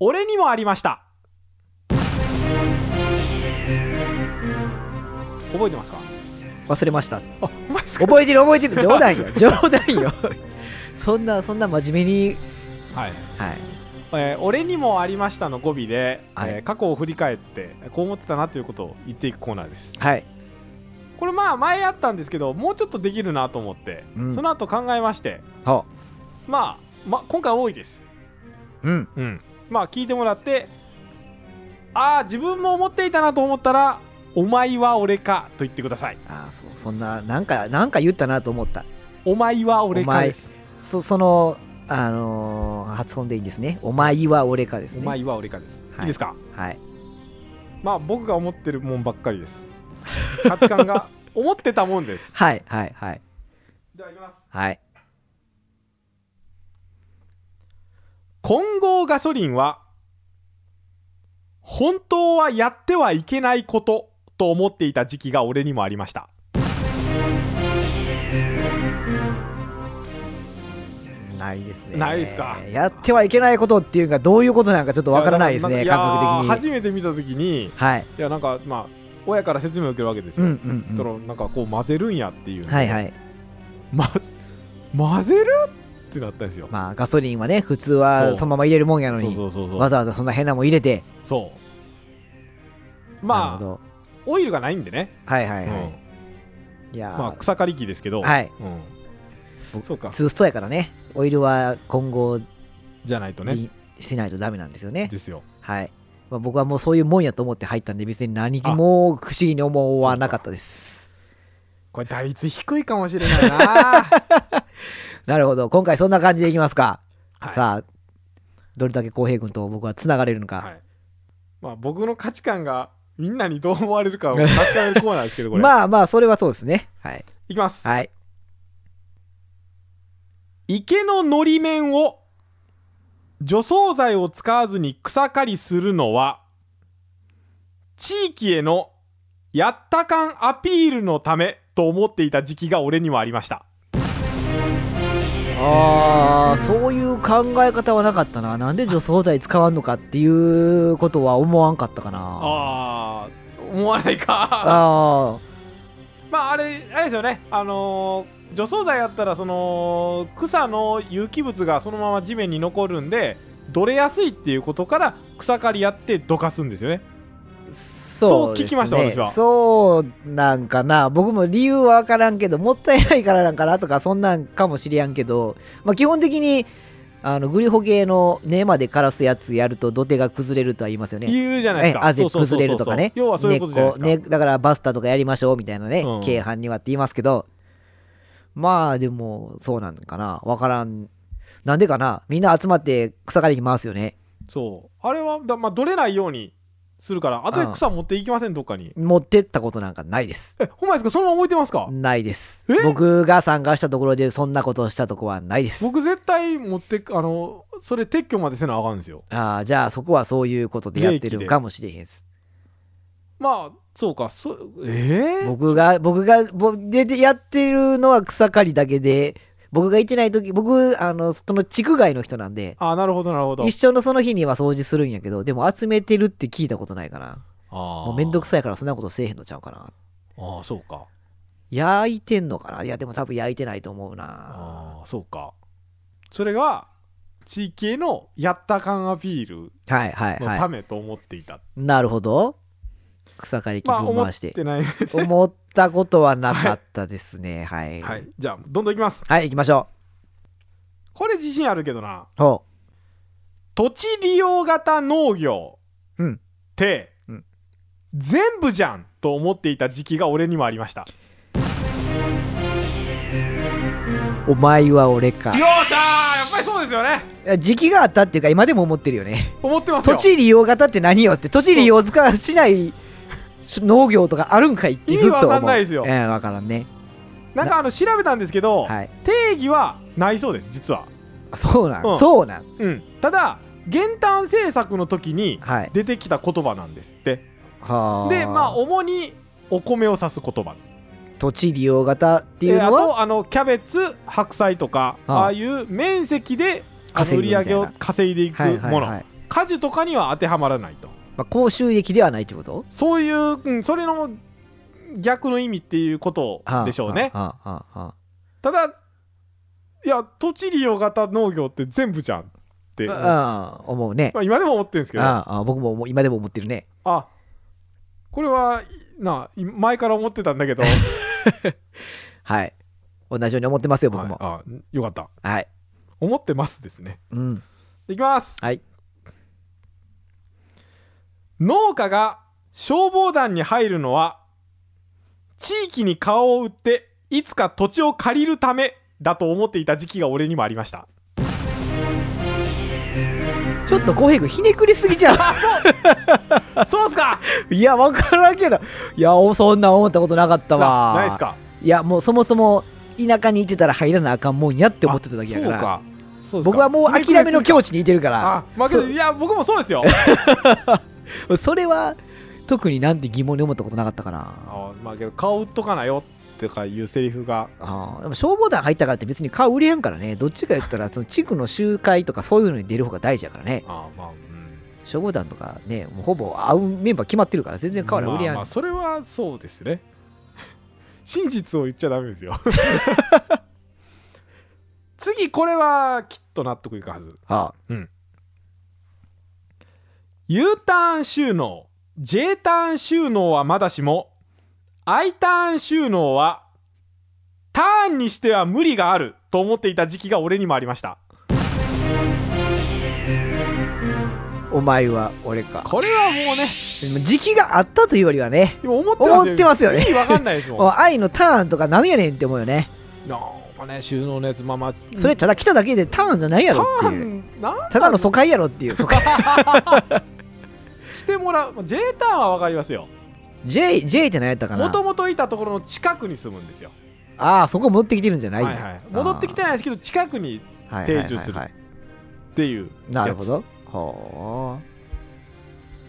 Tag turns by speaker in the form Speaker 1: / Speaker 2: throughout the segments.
Speaker 1: 俺にもありました覚えてますか
Speaker 2: 忘れました
Speaker 1: あうまいっすか
Speaker 2: 覚えてる覚えてる冗 談よ冗談よそんなそんな真面目に
Speaker 1: はい
Speaker 2: はい
Speaker 1: えー俺にもありました」の語尾で、
Speaker 2: はい
Speaker 1: えー過去を振り返ってこう思ってたなということを言っていくコーナーです
Speaker 2: はい
Speaker 1: これまあ前あったんですけどもうちょっとできるなと思って、
Speaker 2: うん
Speaker 1: その後考えまして
Speaker 2: ほ
Speaker 1: まあ、まあ今回多いです
Speaker 2: ううん
Speaker 1: うんまあ聞いてもらってああ自分も思っていたなと思ったら「お前は俺か」と言ってください
Speaker 2: ああそうそんななんかなんか言ったなと思った
Speaker 1: 「お前は俺か」です
Speaker 2: そそのあのー発音でいいんですねお前は俺かで
Speaker 1: 「
Speaker 2: す
Speaker 1: お
Speaker 2: ね
Speaker 1: 前は俺か」です、い、
Speaker 2: はい
Speaker 1: いですか
Speaker 2: はい
Speaker 1: まあ僕が思ってるもんばっかりです価値観 が思ってたもんです
Speaker 2: はいはいはい
Speaker 1: ではいきます
Speaker 2: はい
Speaker 1: 混合ガソリンは本当はやってはいけないことと思っていた時期が俺にもありました
Speaker 2: ないですね
Speaker 1: ないですか
Speaker 2: やってはいけないことっていうかどういうことなんかちょっとわからないです
Speaker 1: や
Speaker 2: ね
Speaker 1: だから
Speaker 2: 感
Speaker 1: んか
Speaker 2: 覚
Speaker 1: いやー初めて見た時に
Speaker 2: 的にはい
Speaker 1: いやなんかまあ親から説明を受けるわけです
Speaker 2: う
Speaker 1: よ、
Speaker 2: ん
Speaker 1: う
Speaker 2: うん、うん、
Speaker 1: のなんかこう混ぜるんやっていう、
Speaker 2: はいはい
Speaker 1: ま、混ぜるってなったんですよ、
Speaker 2: まあガソリンはね普通
Speaker 1: そ
Speaker 2: は
Speaker 1: う
Speaker 2: そのまま入れるもんやの
Speaker 1: そう
Speaker 2: に
Speaker 1: そうそうそ
Speaker 2: わ
Speaker 1: う
Speaker 2: ざわざそんな変なもん入れて
Speaker 1: そう
Speaker 2: なる
Speaker 1: ま
Speaker 2: ほ
Speaker 1: あ
Speaker 2: ど
Speaker 1: オイルがないんでね、
Speaker 2: はいはいはい、
Speaker 1: うん
Speaker 2: いやー、
Speaker 1: まあ草刈り機ですけど、
Speaker 2: はい
Speaker 1: うん、そうか
Speaker 2: ツーストやからねオイルは今後
Speaker 1: じゃないとね
Speaker 2: にしてないとダメなんですよね
Speaker 1: ですよ
Speaker 2: はい、まあ、僕はもうそういうもんやと思って入ったんで別に何も不思議に思わなかったです
Speaker 1: これ打率低いかもしれないな
Speaker 2: なるほど今回そんな感じでいきますか、
Speaker 1: はい
Speaker 2: さあどれだけ浩平君と僕はつながれるのか、
Speaker 1: はい まあ、僕の価値観がみんなにどう思われ るかを確かめるコーナーですけど、これ。
Speaker 2: まあまあそれはそうですねはい、
Speaker 1: いきます。
Speaker 2: はい、
Speaker 1: 池ののり面を除草剤を使わずに草刈りするのは、地域へのやった感アピールのためと思っていた時期が俺にはありました。
Speaker 2: あーそういう考え方はなかったななんで除草剤使わんのかっていうことは思わんかったかな
Speaker 1: ああ、思わないか。
Speaker 2: あ
Speaker 1: まあ、あれ、あれですよね。あのー除草剤やったらその草の有機物がそのまま地面に残るんでどれやすいっていうことから草刈りやってどかすんですよね
Speaker 2: ーそう
Speaker 1: そう聞
Speaker 2: ですね
Speaker 1: きました私は
Speaker 2: そうなんかな僕も理由は分からんけどもったいないからなんかなとかそんなんかもしれやんけど、まあ、基本的にあのグリホ系の根まで枯らすやつやると土手が崩れるとは言いますよね
Speaker 1: 言うじゃないです
Speaker 2: ね
Speaker 1: か、
Speaker 2: アジ崩れるとかね
Speaker 1: そうそうそうそう要はそういうことじゃないですか、
Speaker 2: 根っこねだからバスターとかやりましょうみたいなね、
Speaker 1: うん
Speaker 2: 軽犯にはって言いますけどまあでもそうなんかな分からんなんでかなみんな集まって草刈りに回すよね
Speaker 1: そうあれはだ、まあ、取れないようにするからあとで
Speaker 2: うん
Speaker 1: 草持っていきませんどっかに
Speaker 2: 持ってったことなんかないです
Speaker 1: えほんまですかそのまま置いてますか、
Speaker 2: ないです
Speaker 1: え
Speaker 2: 僕が参加したところでそんなことをしたとこはないです
Speaker 1: 僕絶対持ってあのそれ撤去までせなあかんんですよ
Speaker 2: あーじゃあそこはそういうことでやって
Speaker 1: 利益で
Speaker 2: るかもしれへんです
Speaker 1: まあそうかそえー、
Speaker 2: 僕が僕がぼででやってるのは草刈りだけで僕が行ってない時僕あのその地区外の人なんで
Speaker 1: あなるほどなるほど
Speaker 2: 一緒のその日には掃除するんやけどでも集めてるって聞いたことないかな
Speaker 1: あ
Speaker 2: もうめんどく
Speaker 1: さ
Speaker 2: さいからそんなことせえへんのちゃうかな
Speaker 1: ああそうか
Speaker 2: 焼いてんのかないやでも多分焼いてないと思うな
Speaker 1: ああそうかそれが地域へのやった感アピール
Speaker 2: はいはい
Speaker 1: のた
Speaker 2: は
Speaker 1: めと思っていた、
Speaker 2: いなるほど草刈り機
Speaker 1: まあ
Speaker 2: ぶん
Speaker 1: 思
Speaker 2: 回
Speaker 1: っ
Speaker 2: して
Speaker 1: てない
Speaker 2: 思ったことはなかったですね。はい。
Speaker 1: は
Speaker 2: はい
Speaker 1: い、じゃあどんどんいきます
Speaker 2: 行きましょ
Speaker 1: これ自信あるけどな
Speaker 2: う。ほ
Speaker 1: 土地利用型農業
Speaker 2: うん
Speaker 1: って、
Speaker 2: うん
Speaker 1: 全部じゃんと思っていた時期が俺にもありましたよ
Speaker 2: う。お前は俺か
Speaker 1: っ。しゃーやっぱりそうですよね
Speaker 2: 時期があったっていうか、今でも思ってるよね。
Speaker 1: 思ってます
Speaker 2: 土
Speaker 1: よ
Speaker 2: 地利用型って何よって、土地利用使わしない農業とかあるんかいってずっと思う。
Speaker 1: 意味わかんないですよ
Speaker 2: ええわからんね。
Speaker 1: なんかあの調べたんですけど、
Speaker 2: はい。
Speaker 1: 定義はないそうです実は
Speaker 2: あそうなん、
Speaker 1: うん
Speaker 2: そうなん。
Speaker 1: うんただ減反政策の時に
Speaker 2: はい。
Speaker 1: 出てきた言葉なんですって
Speaker 2: は
Speaker 1: でまあ主にお米を指す言葉っ
Speaker 2: 土地利用型っていうの
Speaker 1: あ
Speaker 2: は、
Speaker 1: とあのキャベツ白菜とか
Speaker 2: ああ
Speaker 1: ああいう面積であの売
Speaker 2: 稼ぐみ
Speaker 1: り
Speaker 2: た
Speaker 1: 上
Speaker 2: いな
Speaker 1: げを稼いでいく
Speaker 2: はいはい
Speaker 1: もの
Speaker 2: はい。
Speaker 1: 果樹とかには当てはまらないと
Speaker 2: まあ、高収益ではないってこと
Speaker 1: そういう、うん、それの逆の意味っていうことでしょうね
Speaker 2: はあはあはあはあ
Speaker 1: ただいや土地利用型農業って全部じゃんって、ま
Speaker 2: ああ思うね。
Speaker 1: あ、今でも思ってるんですけどあ
Speaker 2: ああ僕も思う今でも思ってるね。
Speaker 1: これはいない前から思ってたんだけど
Speaker 2: はい。同じように思ってます よ、僕も。
Speaker 1: ああよかった
Speaker 2: はい。
Speaker 1: 思ってますですね
Speaker 2: うん。
Speaker 1: いきます
Speaker 2: はい。
Speaker 1: 農家が消防団に入るのは地域に顔を売っていつか土地を借りるためだと思っていた時期が俺にもありました
Speaker 2: ちょっと浩平君ひねくりすぎじゃ
Speaker 1: そうっすか
Speaker 2: ん。いや、わからんけど。いや、おそんな思ったことなかったわ
Speaker 1: な。ないっすか
Speaker 2: いや、もうそもそも田舎にいてたら入らなあかんもんやって思ってただけやから。
Speaker 1: あそうかそうっすか
Speaker 2: 僕はもう諦めの境地にいてるか
Speaker 1: あ
Speaker 2: ら、
Speaker 1: まあけ
Speaker 2: そ
Speaker 1: ど
Speaker 2: う
Speaker 1: いや僕もそう ですよ
Speaker 2: それは特になんて疑問に思ったことなかったかな。
Speaker 1: あまあけど顔売っとかなよってかいうセリフが
Speaker 2: ああでも消防団入ったからって別に顔売れへんからねどっちか言ったらその地区の集会とかそういうのに出る方が大事やからね
Speaker 1: あまあうん
Speaker 2: 消防団とかねもうほぼ会うメンバー決まってるから全然顔ら売れや
Speaker 1: まあ
Speaker 2: ん、
Speaker 1: まあそれはそうですね 真実を言っちゃダメです よ次これはきっと納得いくはず
Speaker 2: は
Speaker 1: U ターン収納 J ターン収納はまだしも I ターン収納はターンにしては無理があると思っていた時期が俺にもありました
Speaker 2: あお前は俺か
Speaker 1: これはもうね
Speaker 2: でも時期があったというよりはね
Speaker 1: 今思ってますよ
Speaker 2: 思ってますよね
Speaker 1: 意味わかんないです もん
Speaker 2: もう愛のターンとかなんやねんって思うよね
Speaker 1: なんかね収納のやつまあまあ
Speaker 2: それただ来ただけでターンじゃないや
Speaker 1: タ
Speaker 2: ろって
Speaker 1: ー
Speaker 2: いう
Speaker 1: ンな
Speaker 2: ただの疎開やろっていう疎開
Speaker 1: 来てもらう J ターンはわかりますよ
Speaker 2: J, J って何やったか
Speaker 1: も
Speaker 2: な
Speaker 1: ともといたところの近くに住むんですよ
Speaker 2: ああそこ戻ってきてるんじゃない
Speaker 1: はいはい戻ってきてないですけど近くに
Speaker 2: はい
Speaker 1: 定住する
Speaker 2: はいはい
Speaker 1: っていうやつ
Speaker 2: なるほどほう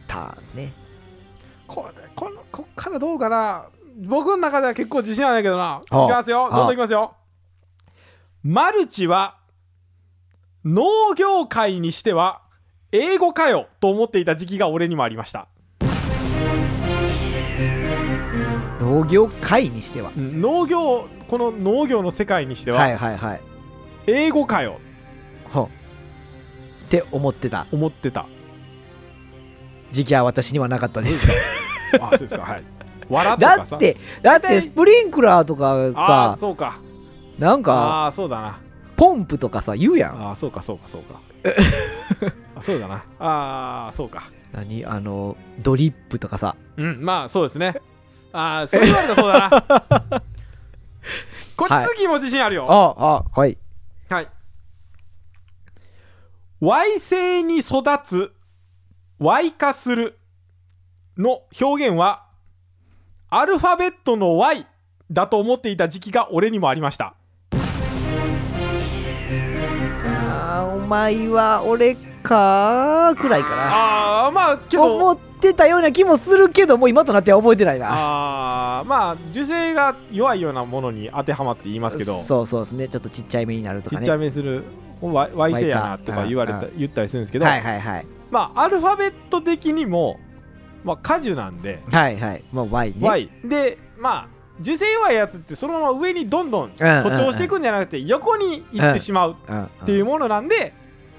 Speaker 2: ターンね
Speaker 1: これこのこっからどうかな僕の中では結構自信はないけどな、
Speaker 2: あ
Speaker 1: いきますよ
Speaker 2: あ
Speaker 1: どんどんいきますよマルチは農業界にしては英語かよと思っていた時期が俺にもありました
Speaker 2: 農業界にしては
Speaker 1: うん農業この農業の世界にして
Speaker 2: はい
Speaker 1: は
Speaker 2: はいはい
Speaker 1: 英語かよ
Speaker 2: ほうって思ってた
Speaker 1: 思ってた、
Speaker 2: 時期は私にはなかったです
Speaker 1: あそうですかはい笑って
Speaker 2: だってだってスプリンクラーとか
Speaker 1: ああ
Speaker 2: さ
Speaker 1: そうか
Speaker 2: なんか
Speaker 1: ああーそうだな
Speaker 2: ポンプとかさ言うやん
Speaker 1: ああそうかそうかそう かあそうだなああそうか
Speaker 2: 何あのドリップとかさ
Speaker 1: うん、まあそうですね。ああ、そう言われたらそうだな。 これ
Speaker 2: はい
Speaker 1: 次も自信あるよ。
Speaker 2: あ
Speaker 1: は
Speaker 2: ああはい
Speaker 1: い。Y 性に育つ、Y 化するの表現は、アルファベットの Y だと思っていた時期が俺にもありました。
Speaker 2: あーお前は俺かーくらいか
Speaker 1: ああ、まあけ
Speaker 2: な思
Speaker 1: ど、
Speaker 2: ってたような気もするけどもう今となっては覚えてないな
Speaker 1: ああ、まあ、受精が弱いようなものに当てはまって言いますけど。
Speaker 2: そうそうですねちょっとちっちゃい目になると
Speaker 1: ち
Speaker 2: か
Speaker 1: っ
Speaker 2: ね
Speaker 1: ちゃめにする「こうわわいせやな」とか言われ
Speaker 2: わ
Speaker 1: た
Speaker 2: い
Speaker 1: 言ったりするんですけど、
Speaker 2: はいはいはい
Speaker 1: まあアルファベット的にも、まあ、果樹なんで
Speaker 2: はいはいまあ Y
Speaker 1: 「
Speaker 2: ね
Speaker 1: Y」でまあ受精弱いやつってそのまま上にどんどん
Speaker 2: うんうん
Speaker 1: 誇張していくんじゃなくて横に行ってしまう
Speaker 2: うん
Speaker 1: っていううものなんで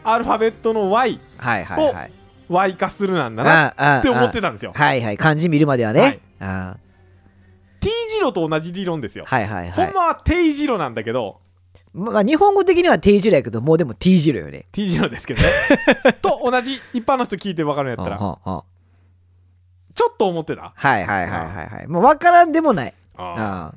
Speaker 1: アルファベットの Y
Speaker 2: んはいはいはい
Speaker 1: Y 化するなんだなって思って
Speaker 2: た
Speaker 1: たんですよ。
Speaker 2: はいはい漢字見るまでは
Speaker 1: はい
Speaker 2: ねあ
Speaker 1: T 字路と同じ理論ですよ。
Speaker 2: ーはいはいは
Speaker 1: ほ
Speaker 2: い
Speaker 1: んまは T 字路なんだけど
Speaker 2: まあ、日本語的には T 字路やけどもうでも T 字路よね
Speaker 1: T 字路ですけ どね。と同じ一般の人聞いて分かるんやったら
Speaker 2: はあはあ
Speaker 1: ちょっと思ってた。
Speaker 2: はいはいはいはいはいもう分からんでもない
Speaker 1: あー
Speaker 2: あ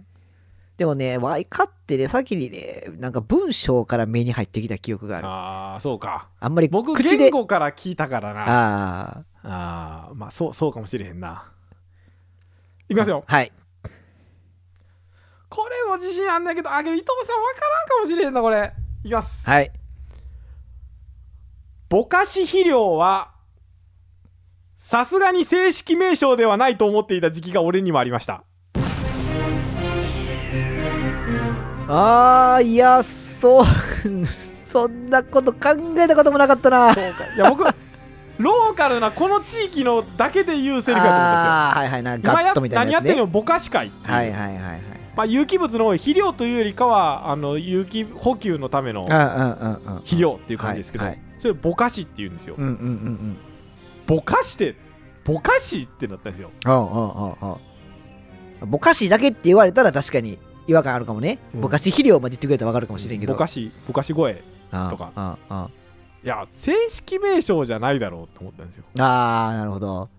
Speaker 2: でもね Y カってね先にねなんか文章から目に入ってきた記憶があるあ
Speaker 1: あーそうか
Speaker 2: んまり
Speaker 1: 僕
Speaker 2: 口で
Speaker 1: 言語から聞いたからなあ
Speaker 2: あ
Speaker 1: あーまあそうそうかもしれへんないきますよ
Speaker 2: あはい
Speaker 1: これも自信あんだけどあけど伊藤さんわからんかもしれへんなこれいきます、
Speaker 2: はい
Speaker 1: ぼかし肥料はさすがに正式名称ではないと思っていた時期が俺にもありました
Speaker 2: あーいや そうそんなこと考えたこともなかった な
Speaker 1: そうかいや僕いローカルなこの地域のだけで言うセリフや
Speaker 2: ああーはいはいな
Speaker 1: と思うんですよ。今
Speaker 2: ガ
Speaker 1: や
Speaker 2: ッとみたい
Speaker 1: 何
Speaker 2: な
Speaker 1: や
Speaker 2: や
Speaker 1: っ
Speaker 2: つ
Speaker 1: てん
Speaker 2: ね
Speaker 1: のぼかし会っていう
Speaker 2: はいはいはいはい
Speaker 1: まあ、有機物の多い肥料というよりかはあの有機補給のための
Speaker 2: うんうんうんうん
Speaker 1: 肥料っていう感じですけど、
Speaker 2: はいはい
Speaker 1: それぼかしっていうんですよ
Speaker 2: うんうんうんうん
Speaker 1: ぼかしてぼかしってなったんですよ
Speaker 2: うんうんうんうんぼかしだけって言われたら確かに違和感あるかもね、
Speaker 1: うん
Speaker 2: ぼかし肥料まで言ってくれたらわかるかもしれんけど
Speaker 1: ぼかしぼかし声とか
Speaker 2: あーあー
Speaker 1: いや正式名称じゃないだろうと思ったんですよ
Speaker 2: あーあーなるほど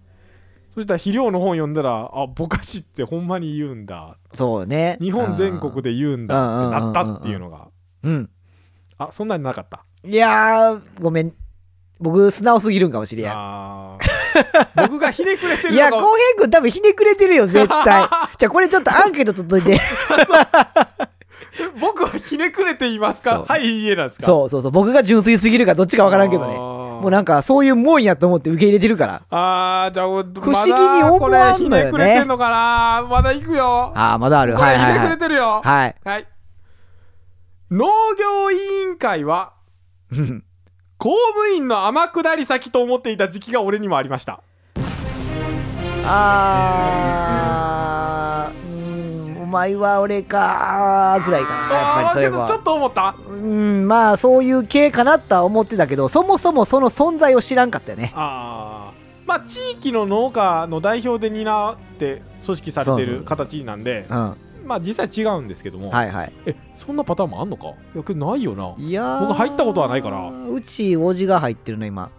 Speaker 1: そしたら肥料の本読んだらあぼかしってほんまに言うんだ
Speaker 2: そうね
Speaker 1: 日本全国で言うんだってなったっていうのが
Speaker 2: うん
Speaker 1: あそんなになかった
Speaker 2: いやーごめん僕素直すぎるんかもしれんい
Speaker 1: あー 僕がひねくれてる
Speaker 2: や
Speaker 1: のが
Speaker 2: 浩平君多分ひねくれてるよ絶 対じゃあこれちょっとアンケート取っといて
Speaker 1: 僕はひねくれています
Speaker 2: そ
Speaker 1: か
Speaker 2: う
Speaker 1: はいいいえなんですか
Speaker 2: そうそうそう僕が純粋すぎるかどっちかわからんけどねもうなんかそういうもんやと思って受け入れてるから
Speaker 1: あーじゃあ不
Speaker 2: 不思議に思わんのよね
Speaker 1: ひねくれてんのかなまだ行くよ
Speaker 2: ああまだある
Speaker 1: こ
Speaker 2: はい
Speaker 1: れひ
Speaker 2: はい
Speaker 1: ねく
Speaker 2: は
Speaker 1: れ
Speaker 2: い
Speaker 1: てるよ
Speaker 2: はい
Speaker 1: はい農業委員会は 公務員の天下り先と思っていた時期が俺にもありました
Speaker 2: あーうーんお前は俺かーぐらいかなやっぱり
Speaker 1: あ
Speaker 2: そ
Speaker 1: ー
Speaker 2: れ
Speaker 1: けどちょ
Speaker 2: は
Speaker 1: っと思った
Speaker 2: うんまあそういう系かなとは思ってたけどそもそもその存在を知らんかったよね
Speaker 1: あーまあ地域の農家の代表で担って組織されて
Speaker 2: そうそ
Speaker 1: る
Speaker 2: う
Speaker 1: 形なんで
Speaker 2: うんは
Speaker 1: まあ実際違うんですけども、
Speaker 2: いはい
Speaker 1: えそんなパターンもあんのかいやけどないよない
Speaker 2: やー
Speaker 1: 僕入ったことはないから
Speaker 2: うちおじが入ってるの今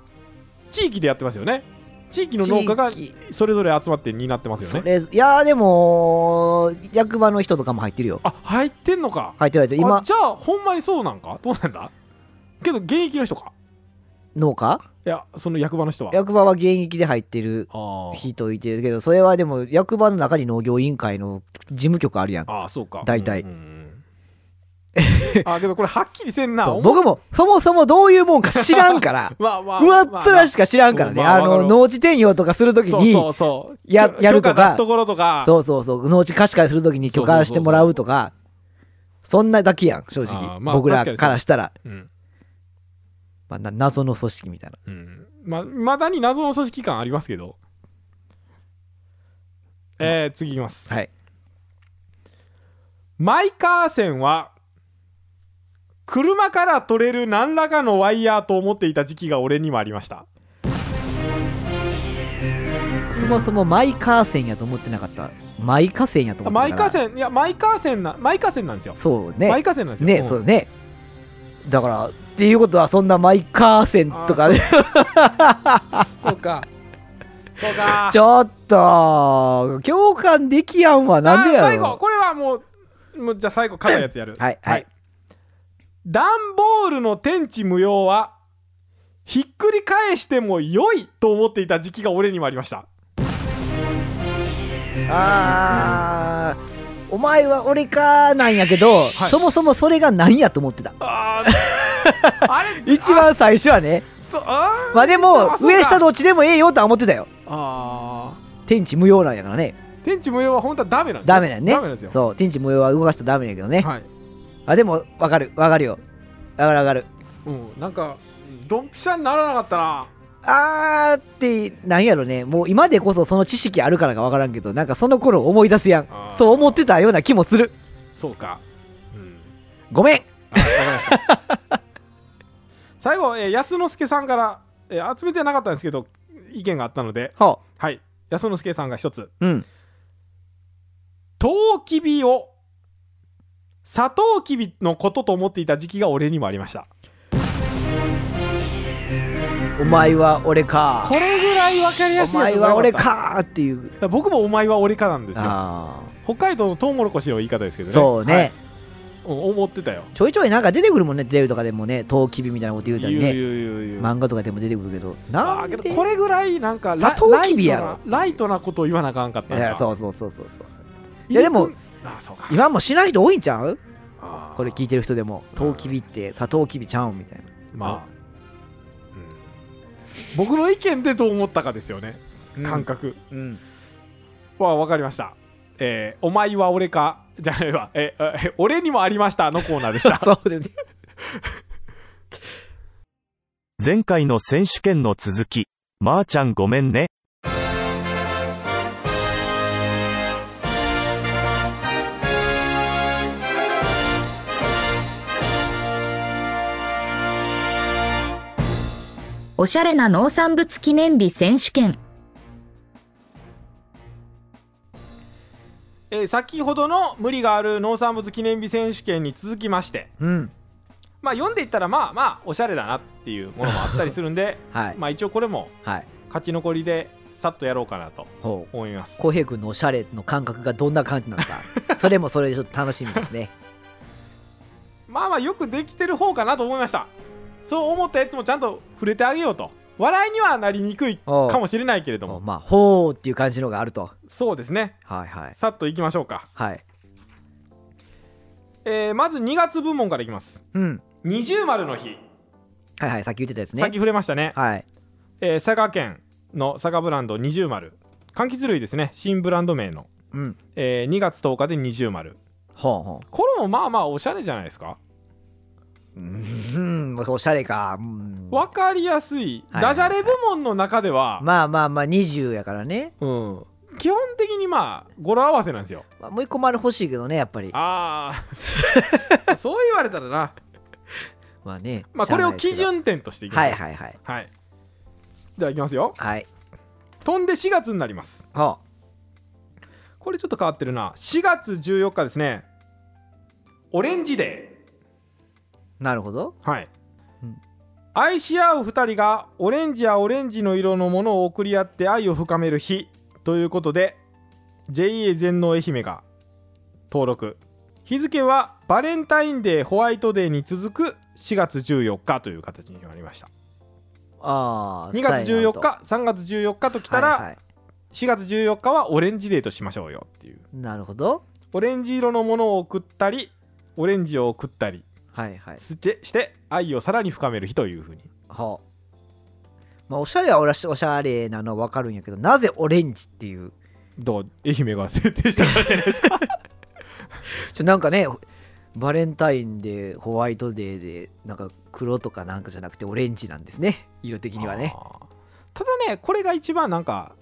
Speaker 1: 地域でやってますよね地域の農家が
Speaker 2: 地域
Speaker 1: それぞれ集まって担ってます
Speaker 2: そ
Speaker 1: よね
Speaker 2: れいやーでも役場の人とかも入ってるよ
Speaker 1: あ入ってんのか
Speaker 2: 入ってないと
Speaker 1: 今
Speaker 2: 今
Speaker 1: じゃあほんまにそうなんかどうなんだけど現役の人か
Speaker 2: 農家
Speaker 1: いやその役場の人は
Speaker 2: 役場は現役で入ってる
Speaker 1: あー
Speaker 2: 人いてるけどそれはでも役場の中に農業委員会の事務局あるやん
Speaker 1: あーそうか
Speaker 2: 大体
Speaker 1: うんうんうんあーけどこれはっきりせんな
Speaker 2: そう
Speaker 1: おも
Speaker 2: 僕もそもそもどういうもんか知らんから
Speaker 1: まあまあ
Speaker 2: うわ
Speaker 1: まあ
Speaker 2: っつらしか知らんからね、
Speaker 1: まあ
Speaker 2: あ
Speaker 1: まあわか
Speaker 2: の
Speaker 1: る
Speaker 2: 農地転用とかするとき
Speaker 1: そう
Speaker 2: に
Speaker 1: そうそう
Speaker 2: や
Speaker 1: 許
Speaker 2: やるとか
Speaker 1: 許可出すところとか
Speaker 2: そうそうそう農地貸し借りするときに許可してもらうとかそんなだけやん正
Speaker 1: あー
Speaker 2: 直、
Speaker 1: まあ
Speaker 2: 僕ら
Speaker 1: 確かにそう
Speaker 2: からしたら、
Speaker 1: うん
Speaker 2: まあ、な謎の組織みたいな
Speaker 1: うんままだに謎の組織感ありますけどえー、次いきます
Speaker 2: はい
Speaker 1: マイカー線は車から取れる何らかのワイヤーと思っていた時期が俺にもありました
Speaker 2: そもそもマイカー線やと思ってなかったマイカ線やと思って
Speaker 1: マイ
Speaker 2: た
Speaker 1: カ
Speaker 2: から
Speaker 1: ー線いやマイカー線なマイカー線なんですよ、
Speaker 2: そう
Speaker 1: マ
Speaker 2: ね
Speaker 1: イカー線なんですよ
Speaker 2: ね
Speaker 1: うん
Speaker 2: そうねだからっていうことはそんなマイカー線とかね
Speaker 1: そうかそうか
Speaker 2: ちょっと共感できやんわなんでや
Speaker 1: あー最後
Speaker 2: ろ
Speaker 1: これはもうもうじゃあ最後かのやつやる
Speaker 2: はいはい
Speaker 1: 段ボールの天地無用はひっくり返しても良いと思っていた時期が俺にもありました
Speaker 2: あーお前は俺かなんやけど、
Speaker 1: はい
Speaker 2: そもそもそれが何やと思ってた
Speaker 1: あ ーあれ
Speaker 2: 一番最初はね
Speaker 1: あそうあー
Speaker 2: まあで
Speaker 1: あ
Speaker 2: も
Speaker 1: そうか
Speaker 2: 上下どっちでもええよとは思ってたよ
Speaker 1: あー
Speaker 2: 天地無用なんやからね
Speaker 1: 天地無用は本当はダメなんですよ
Speaker 2: ダメだよね
Speaker 1: ダメなんですよ
Speaker 2: そう天地無用は動かしたらダメやけどね、
Speaker 1: はい、
Speaker 2: あでもわかるわかるよわかるわかる
Speaker 1: うん、なんかうんドンピシャにならなかったな
Speaker 2: あーってなんやろねもう今でこそその知識あるからかわからんけどなんかその頃思い出すやん
Speaker 1: あー
Speaker 2: そう思ってたような気もする
Speaker 1: そうか、うん、
Speaker 2: ごめん
Speaker 1: あわかりました最後、えー、安之助さんから、えー集めてなかったんですけど意見があったので
Speaker 2: ほ
Speaker 1: はい安之助さんが一つ
Speaker 2: ううん
Speaker 1: 「とうきびをサトウキビのことと思っていた時期が俺にもありました
Speaker 2: お前は俺か
Speaker 1: これぐらい分かりや
Speaker 2: お
Speaker 1: すいやつ
Speaker 2: 前は俺かーっていう
Speaker 1: だから僕もお前は俺かなんですよ
Speaker 2: あ
Speaker 1: 北海道のトウモロコシの言い方ですけ
Speaker 2: ー
Speaker 1: どね
Speaker 2: そうね、
Speaker 1: はいうん思ってたよ
Speaker 2: ちょいちょいなんか出てくるもんねテレビとかでもねトウキビみたいなこと言うたり
Speaker 1: 言う
Speaker 2: ね
Speaker 1: 言う言う言う
Speaker 2: 漫画とかでも出てくるけど
Speaker 1: あ
Speaker 2: な
Speaker 1: ー
Speaker 2: ん
Speaker 1: け
Speaker 2: で
Speaker 1: どこれぐらいなんかラ
Speaker 2: サトウキビや
Speaker 1: ラ
Speaker 2: ろ
Speaker 1: イトなライトなことを言わなあかんかったん
Speaker 2: い
Speaker 1: か
Speaker 2: やそうそうそうそうそう
Speaker 1: 入り組ん
Speaker 2: いやでも
Speaker 1: あーそうか
Speaker 2: 今もしない人多いんちゃう
Speaker 1: あー
Speaker 2: これ聞いてる人でもトウキビってサトウキビちゃうんみたいな
Speaker 1: まあ、うん僕の意見でどう思ったかですよね、感覚
Speaker 2: うん
Speaker 1: は分かりましたえーお前は俺かじゃないわええ俺にもありましたのコーナーでした
Speaker 2: そうですね
Speaker 3: 前回の選手権の続き。まー、ちゃんごめんね。
Speaker 4: おしゃれな農産物記念日選手権。
Speaker 1: えー先ほどの無理がある農産物記念日選手権に続きまして
Speaker 2: うん
Speaker 1: まあ読んでいったらまあまあおしゃれだなっていうものもあったりするんで
Speaker 2: はい
Speaker 1: まあ一応これも
Speaker 2: はい
Speaker 1: 勝ち残りでさっとやろうかなと
Speaker 2: ほう
Speaker 1: 思います
Speaker 2: 浩平君のおしゃれの感覚がどんな感じなのか それもそれでちょっと楽しみですね
Speaker 1: まあまあよくできてる方かなと思いましたそう思ったやつもちゃんと触れてあげようと笑いにはなりにくいか
Speaker 2: おう
Speaker 1: もしれないけ れど
Speaker 2: お
Speaker 1: も
Speaker 2: まあほうっていう感じのがあると
Speaker 1: そうですね
Speaker 2: はいはい
Speaker 1: さっといきましょうか、
Speaker 2: はい
Speaker 1: えーまず2月部門からいきます
Speaker 2: うん
Speaker 1: 二重丸の日、
Speaker 2: はいはいさっき言ってたやつね
Speaker 1: さっき触れましたね、
Speaker 2: はい
Speaker 1: えー佐賀県の佐賀ブランド二重丸柑橘類ですね新ブランド名の、
Speaker 2: うん
Speaker 1: えー2月10日で二重丸
Speaker 2: ほうほ
Speaker 1: これもまあまあおしゃれじゃないですか
Speaker 2: ううんおしゃれかうん
Speaker 1: わかりやすい、
Speaker 2: はいはいは
Speaker 1: ダ
Speaker 2: い
Speaker 1: ジャレ部門の中では、
Speaker 2: まあまあまあ20やからね、
Speaker 1: うん基本的にまあ語呂合わせなんですよ
Speaker 2: まあ、もう一個丸欲しいけどねやっぱり
Speaker 1: ああ そう言われたらな、
Speaker 2: まあね
Speaker 1: まあ、
Speaker 2: しゃ
Speaker 1: これ
Speaker 2: な
Speaker 1: を
Speaker 2: いですけ
Speaker 1: 基
Speaker 2: ど
Speaker 1: 準点としていきま
Speaker 2: は
Speaker 1: し
Speaker 2: い
Speaker 1: ょう
Speaker 2: はいはい
Speaker 1: はい、ではいきますよ
Speaker 2: はい
Speaker 1: 飛んで4月になります
Speaker 2: ほ
Speaker 1: これちょっと変わってるな4月14日ですねオレンジデ
Speaker 2: うなるほど
Speaker 1: ーはい、
Speaker 2: うん
Speaker 1: 愛し合う2人がオレンジやオレンジの色のものを送り合って愛を深める日ということで JA 全農愛媛が登録日付はバレンタインデーホワイトデーに続く4月14日という形になりました
Speaker 2: ああ
Speaker 1: 2月14日3月14日ときたら、
Speaker 2: はいはい
Speaker 1: 4月14日はオレンジデーとしましょうよっていう
Speaker 2: なるほど
Speaker 1: オレンジ色のものを送ったりオレンジを送ったり
Speaker 2: はいはい
Speaker 1: してして愛をさらに深める日というふうに
Speaker 2: ほうまあおしゃれはおらしおしゃれなのはわかるんやけどなぜオレンジっていう
Speaker 1: どう愛媛が設定したからじゃないです か
Speaker 2: ちょなんかねバレンタインでホワイトデーでなんか黒とかなんかじゃなくてオレンジなんですね色的にはね
Speaker 1: あーただねこれが一番なんか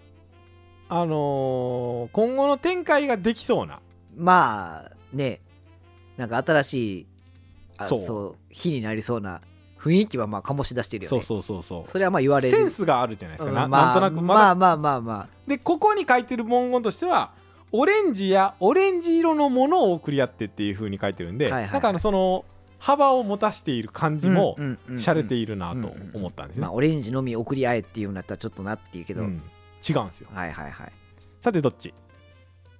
Speaker 1: あのー今後の展開ができそうな
Speaker 2: まあねなんか新しいあ
Speaker 1: そう
Speaker 2: 日になりそうな雰囲気はまあ醸し出してるよね
Speaker 1: そうそうそうそう
Speaker 2: それはまあ言われる
Speaker 1: センスがあるじゃないですか、
Speaker 2: うん
Speaker 1: な
Speaker 2: まあ
Speaker 1: なんとなくまだ
Speaker 2: まあまあまあま
Speaker 1: でここに書いてる文言としてはオレンジやオレンジ色のものを送り合ってっていう風に書いてるんで、
Speaker 2: はいはいはい
Speaker 1: なんかあのその幅を持たしている感
Speaker 2: あ
Speaker 1: じも
Speaker 2: うんうんうんうん
Speaker 1: 洒落ているなと思ったんですね
Speaker 2: まあ、オレンジのみ送り合えっていうんだったらちょっとなっていうけど、
Speaker 1: うん違うんですよ
Speaker 2: はいはいはい
Speaker 1: さてどっち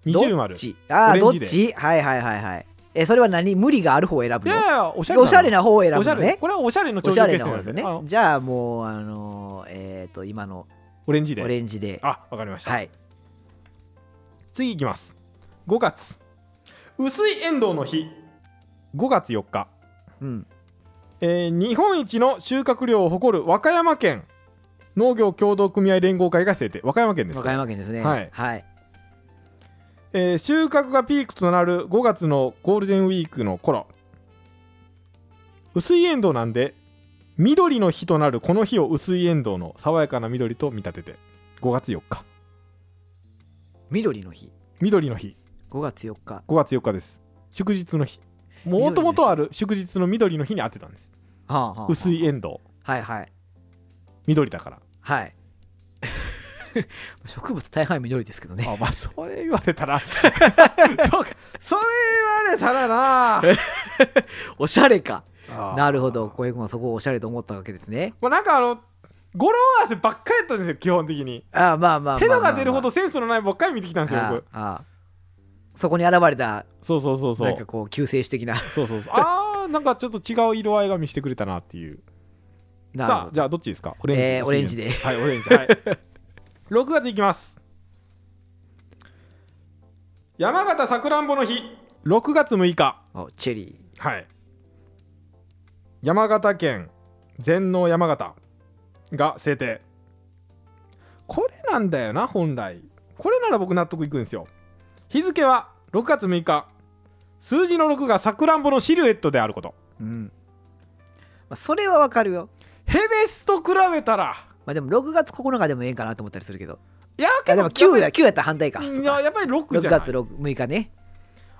Speaker 1: 二重
Speaker 2: ど
Speaker 1: 丸
Speaker 2: っ
Speaker 1: い
Speaker 2: ちああど
Speaker 1: オ
Speaker 2: っ
Speaker 1: レンジで
Speaker 2: ちはいはいはいはいえそれは何無理がある方を選ぶの
Speaker 1: やいやおしゃれだな
Speaker 2: おしゃれな方を選ぶ
Speaker 1: おしゃ
Speaker 2: の
Speaker 1: れ、
Speaker 2: ね
Speaker 1: これはおしゃれの
Speaker 2: お
Speaker 1: 頂
Speaker 2: しゃ
Speaker 1: 上
Speaker 2: れ
Speaker 1: 決
Speaker 2: な
Speaker 1: 戦
Speaker 2: 方
Speaker 1: なん
Speaker 2: で
Speaker 1: ですすね
Speaker 2: ね
Speaker 1: あの
Speaker 2: じゃあもうあのーえっ、と今の
Speaker 1: オレンジで
Speaker 2: オレンジで
Speaker 1: あわかりました、
Speaker 2: はい
Speaker 1: 次いきます5月薄いエンドウの日5月4日
Speaker 2: うん
Speaker 1: えー日本一の収穫量を誇る和歌山県農業協同組合連合会が制定和歌山県です
Speaker 2: 和
Speaker 1: か
Speaker 2: 歌、山県ですね
Speaker 1: はい
Speaker 2: はい、
Speaker 1: えー収穫がピークとなる5月のゴールデンウィークの頃薄いエンドウなんで緑の日となるこの日を薄いエンドウの爽やかな緑と見立てて5月4日
Speaker 2: 緑の日
Speaker 1: 緑の日
Speaker 2: 5月4日
Speaker 1: 5月4日です祝日の日もともとある祝日の緑の日に当てたんです
Speaker 2: はあはあはあ
Speaker 1: 薄いエンドウ
Speaker 2: はいはい
Speaker 1: 緑だから
Speaker 2: はい 植物大半緑ですけどね
Speaker 1: あまあそれ言われた らそうかそれ言われたらな
Speaker 2: おしゃれか
Speaker 1: あー
Speaker 2: なるほど小平君はそこをおしゃれと思ったわけですね
Speaker 1: もうなんかあの語呂合わせばっかりやったんですよ基本的に
Speaker 2: ああまあまあまあまあまあ
Speaker 1: ヘドが出るほどセンスのないばっかり見てきたんですよ僕
Speaker 2: ああああそこに現れた
Speaker 1: そうそうそうそ
Speaker 2: な
Speaker 1: うん
Speaker 2: かこう救世主的な
Speaker 1: そうそうそうあーなんかちょっと違う色合いが見せてくれたなっていう
Speaker 2: なる
Speaker 1: さ
Speaker 2: ほ
Speaker 1: あ
Speaker 2: ど
Speaker 1: じゃあどっちですかオレンジ、
Speaker 2: えーオレンジで
Speaker 1: はいオレンジはい6月いきます山形さくらんぼの日6月6日
Speaker 2: おチェリ
Speaker 1: はい山形県全農山形が制定これなんだよな本来これなら僕納得いくんですよ日付は6月6日数字の6がさくらんぼのシルエットであること
Speaker 2: ーうん、まあ、それはわかるよ
Speaker 1: ヘベスと比べたら
Speaker 2: まあでも6月9日でもええんかなと思ったりするけど
Speaker 1: いや
Speaker 2: いや
Speaker 1: け
Speaker 2: で
Speaker 1: ど
Speaker 2: も9
Speaker 1: や
Speaker 2: だ
Speaker 1: っ
Speaker 2: 9やったら反対か
Speaker 1: ぱ
Speaker 2: そ
Speaker 1: り
Speaker 2: っ
Speaker 1: い
Speaker 2: か
Speaker 1: ややっぱり6
Speaker 2: 6
Speaker 1: じゃない
Speaker 2: 月 6, 日ね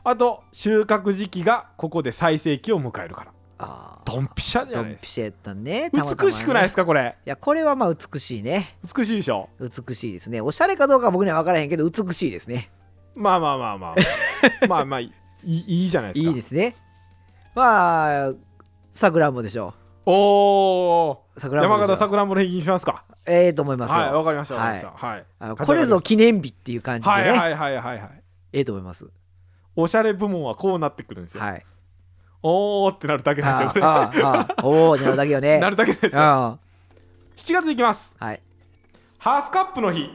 Speaker 1: あと収穫時期がここで最盛期を迎えるから
Speaker 2: ああ
Speaker 1: ドンピシャじゃ
Speaker 2: ド
Speaker 1: ない
Speaker 2: ン
Speaker 1: です
Speaker 2: ピシャやったねたまたまね
Speaker 1: 美しくないですかこれ
Speaker 2: いやこれはまあ美しいね
Speaker 1: 美しいでしょ
Speaker 2: 美しいですねおしゃれかどうかは僕には分からへんけど美しいですね
Speaker 1: まあまあまあま あまあまあいいいいじゃないですか
Speaker 2: いいですねまあ桜んぼでしょ
Speaker 1: おお
Speaker 2: う桜んぼ
Speaker 1: 山
Speaker 2: でしょう
Speaker 1: 形さくらんぼの平均しますか
Speaker 2: ええと思いますよ、
Speaker 1: はいわかりましたわか
Speaker 2: は
Speaker 1: りま
Speaker 2: い
Speaker 1: したはい
Speaker 2: あのこれぞ記念日っていう感じでね、
Speaker 1: はいはいはいはいはい
Speaker 2: ええと思います
Speaker 1: おしゃれ部門はこうなってくるんですよ
Speaker 2: はい
Speaker 1: おおってなるだけなんですよこれ
Speaker 2: あああ あおおなるだけよね
Speaker 1: なるだけです
Speaker 2: うん
Speaker 1: よ
Speaker 2: は
Speaker 1: 7月いきます
Speaker 2: い
Speaker 1: ハースカップの日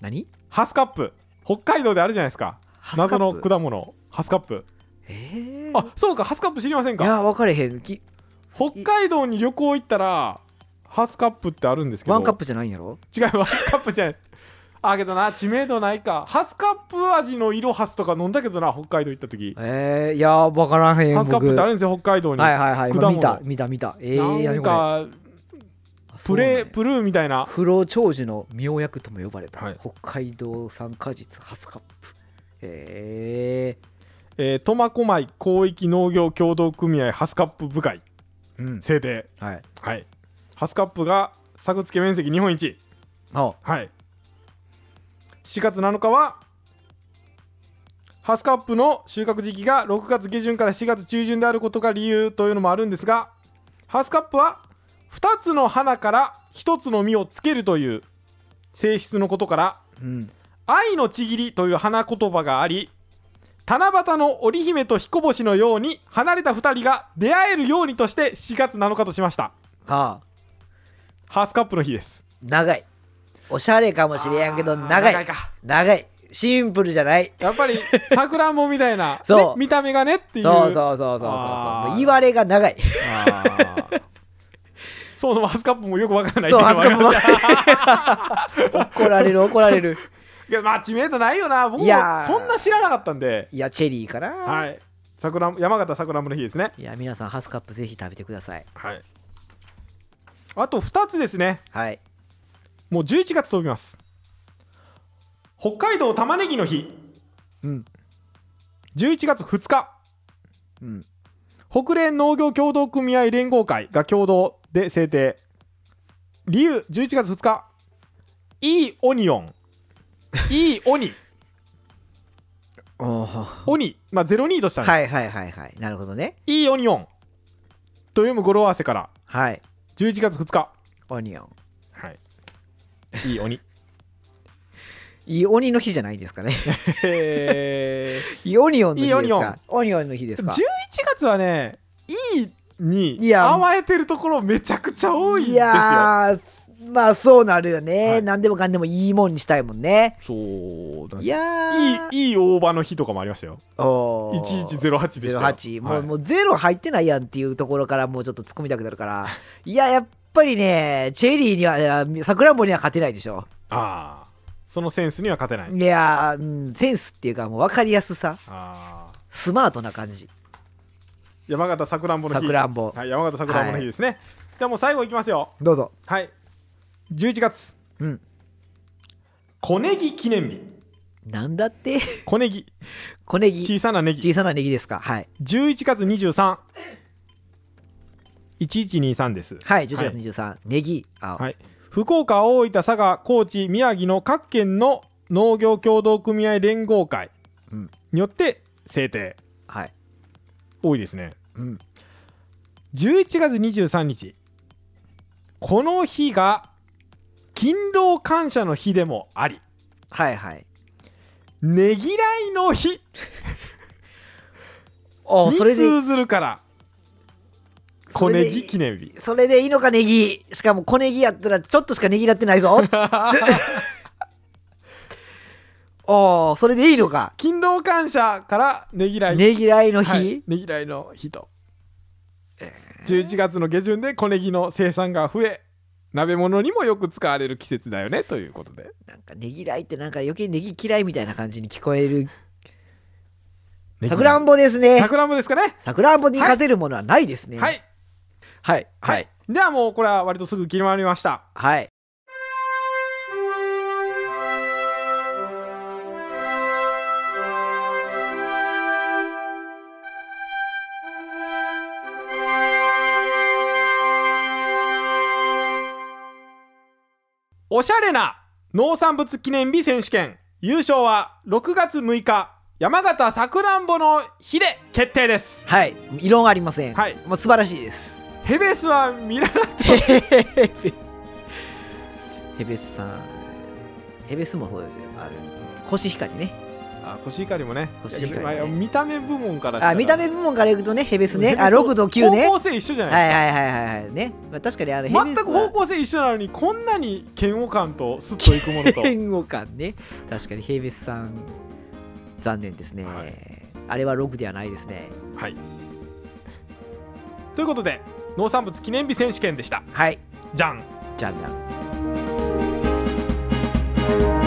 Speaker 2: 何
Speaker 1: ハースカップ北海道であるじゃないですか
Speaker 2: ハスカップ
Speaker 1: 謎の果物ハスカップ
Speaker 2: ええ
Speaker 1: あそうかハスカップ知りません
Speaker 2: い
Speaker 1: か
Speaker 2: や分かれへんき
Speaker 1: 北海道に旅行行ったらハスカップってあるんですけど
Speaker 2: ワンカップじゃないんやろ
Speaker 1: 違うワン カップじゃないあけどな知名度ないかハスカップ味の色ハスとか飲んだけどな北海道行った時
Speaker 2: ええいや分からへん
Speaker 1: ハスカップっ
Speaker 2: 僕
Speaker 1: てあ
Speaker 2: は
Speaker 1: るんですよ北海道
Speaker 2: い
Speaker 1: に、
Speaker 2: はいはい
Speaker 1: 果物
Speaker 2: 今見た見た見たええ
Speaker 1: なんかプレープルーンみたいな
Speaker 2: 不老長寿の妙薬とも呼ばれた、
Speaker 1: はい
Speaker 2: 北海道産果実ハスカップへえ
Speaker 1: えー苫小牧広域農業協同組合ハスカップ部会
Speaker 2: うん
Speaker 1: 制定
Speaker 2: はい
Speaker 1: はいハスカップが作付け面積日本一
Speaker 2: あ
Speaker 1: はい4月7日はハスカップの収穫時期が6月下旬から4月中旬であることが理由というのもあるんですがハスカップは2つの花から1つの実をつけるという性質のことから
Speaker 2: うん
Speaker 1: 愛のちぎりという花言葉があり七夕の織姫と彦星のように離れた2人が出会えるようにとして4月7日としました
Speaker 2: ああ
Speaker 1: ハスカップの日 です
Speaker 2: 長いおしゃれかもしれやんけど
Speaker 1: あー
Speaker 2: 長い長い
Speaker 1: か
Speaker 2: シンプルじゃない
Speaker 1: やっぱりさくらんぼみたいな
Speaker 2: そう
Speaker 1: ね見た目がねっていう
Speaker 2: そうそうそうそうそう
Speaker 1: あー
Speaker 2: 言われが長 い
Speaker 1: あーそもそもハスカップもよくわからない
Speaker 2: そう
Speaker 1: ってい
Speaker 2: ハスカ
Speaker 1: うのもあります
Speaker 2: ップも 怒られる怒られる
Speaker 1: いやまあ知名度ないよな僕も
Speaker 2: いやー
Speaker 1: そんな知らなかったんで
Speaker 2: いやチェリーかな、、
Speaker 1: はいいさくらん山形さくらんぼの日ですね
Speaker 2: や皆さんハスカップぜひ食べてください
Speaker 1: はいあと2つですね
Speaker 2: はい
Speaker 1: もう11月飛びます北海道玉ねぎの日
Speaker 2: うん
Speaker 1: 11月2日
Speaker 2: うん
Speaker 1: 北連農業協同組合連合会が共同で制定理由11月2日いいオニオン いいオニ
Speaker 2: おー
Speaker 1: オニまあ02としたんです、
Speaker 2: はいはいはいはいなるほどね
Speaker 1: い、いオニオンと読む語呂合わせから
Speaker 2: はい
Speaker 1: 11月2日
Speaker 2: オニオン
Speaker 1: はいいい 鬼
Speaker 2: いい鬼の日じゃないんですかね
Speaker 1: え
Speaker 2: いいオニオンの日
Speaker 1: いい
Speaker 2: ですか
Speaker 1: オニオン
Speaker 2: オニオンの日です
Speaker 1: ー、
Speaker 2: か
Speaker 1: 11月はねいい
Speaker 2: い
Speaker 1: に
Speaker 2: や
Speaker 1: 甘えてるところめちゃくちゃ多いんです
Speaker 2: い
Speaker 1: よ
Speaker 2: やーまあそうなるよね、
Speaker 1: はい
Speaker 2: 何でもかんでもいいもんにしたいもんね
Speaker 1: そうだ
Speaker 2: いやー
Speaker 1: いいいい大葉の日とかもありましたよ
Speaker 2: おー
Speaker 1: 1108でしたよ
Speaker 2: 08もう,、
Speaker 1: はい
Speaker 2: もうゼロ入ってないやんっていうところからもうちょっと突っ込みたくなるからいややっぱりねチェリーにはいやさくらんぼには勝てないでしょ
Speaker 1: ああそのセンスには勝てない
Speaker 2: いやー、うん、センスっていうかもう分かりやすさ
Speaker 1: ああ
Speaker 2: スマートな感じ
Speaker 1: 山形さくらんぼの日
Speaker 2: さくらんぼ
Speaker 1: はい、山形さくらんぼの日ですね、じゃあもう最後いきますよ
Speaker 2: どうぞ
Speaker 1: はい11月
Speaker 2: うん
Speaker 1: 小ネギ記念日
Speaker 2: なんだって
Speaker 1: 小ネギ
Speaker 2: 小ネギ
Speaker 1: 小さなネギ
Speaker 2: 小さなネギですかはい
Speaker 1: 11月23 1123です
Speaker 2: はい11月23、ネギあ、
Speaker 1: はい、福岡大分佐賀高知宮城の各県の農業協同組合連合会
Speaker 2: うん
Speaker 1: によって制定
Speaker 2: はい
Speaker 1: 多いですね
Speaker 2: うん、
Speaker 1: 11月23日この日が勤労感謝の日でもあり
Speaker 2: はいはい
Speaker 1: ねぎらいの日
Speaker 2: お
Speaker 1: に
Speaker 2: それで
Speaker 1: 通ずるから小ネギ記念日
Speaker 2: それでいいのかネギしかも小ネギやったらちょっとしかネギらってな いぞおーそれでいいのか
Speaker 1: 勤労感謝からねぎらい
Speaker 2: ネギらいの日、
Speaker 1: はい、ねぎらいの日と、11月の下旬で小ネギの生産が増え鍋物にもよく使われる季節だよねということで
Speaker 2: なんかネギらいってなんか余計ネギ嫌いみたいな感じに聞こえるさく
Speaker 1: 桜
Speaker 2: らんぼですね
Speaker 1: 桜もですかね
Speaker 2: さくらんぼに勝てるものはないですね
Speaker 1: はい
Speaker 2: はいはい
Speaker 1: ではもうこれは割とすぐ決まりました
Speaker 2: はい
Speaker 1: おしゃれな農産物記念日選手権優勝は6月6日山形さくらんぼの日で決定です
Speaker 2: はい異論ありません、
Speaker 1: はい
Speaker 2: もう素晴らしいです
Speaker 1: ヘベスは見られな
Speaker 2: ヘベスさんヘベスもそうですよあれコシヒカリね
Speaker 1: あコシヒカリもね
Speaker 2: コシヒカ
Speaker 1: い
Speaker 2: リね
Speaker 1: やいや見た目部門からしたら
Speaker 2: あ見た目部門からいくとねヘベスね
Speaker 1: ヘベ
Speaker 2: あ
Speaker 1: スと
Speaker 2: 6度9ね
Speaker 1: 方向性一緒じゃ
Speaker 2: はい
Speaker 1: な
Speaker 2: はいい
Speaker 1: ですか
Speaker 2: はいはいはいね、まあ、確かにあのヘベ
Speaker 1: 全
Speaker 2: ス
Speaker 1: く方向性一緒なのにこんなに嫌悪感とスッといくも のと
Speaker 2: 言語感ね確かにヘベスさん残念ですね、
Speaker 1: はい
Speaker 2: あれは6ではないですね
Speaker 1: はいということで農産物記念日選手権でした
Speaker 2: はい
Speaker 1: じゃん
Speaker 2: じゃんじゃん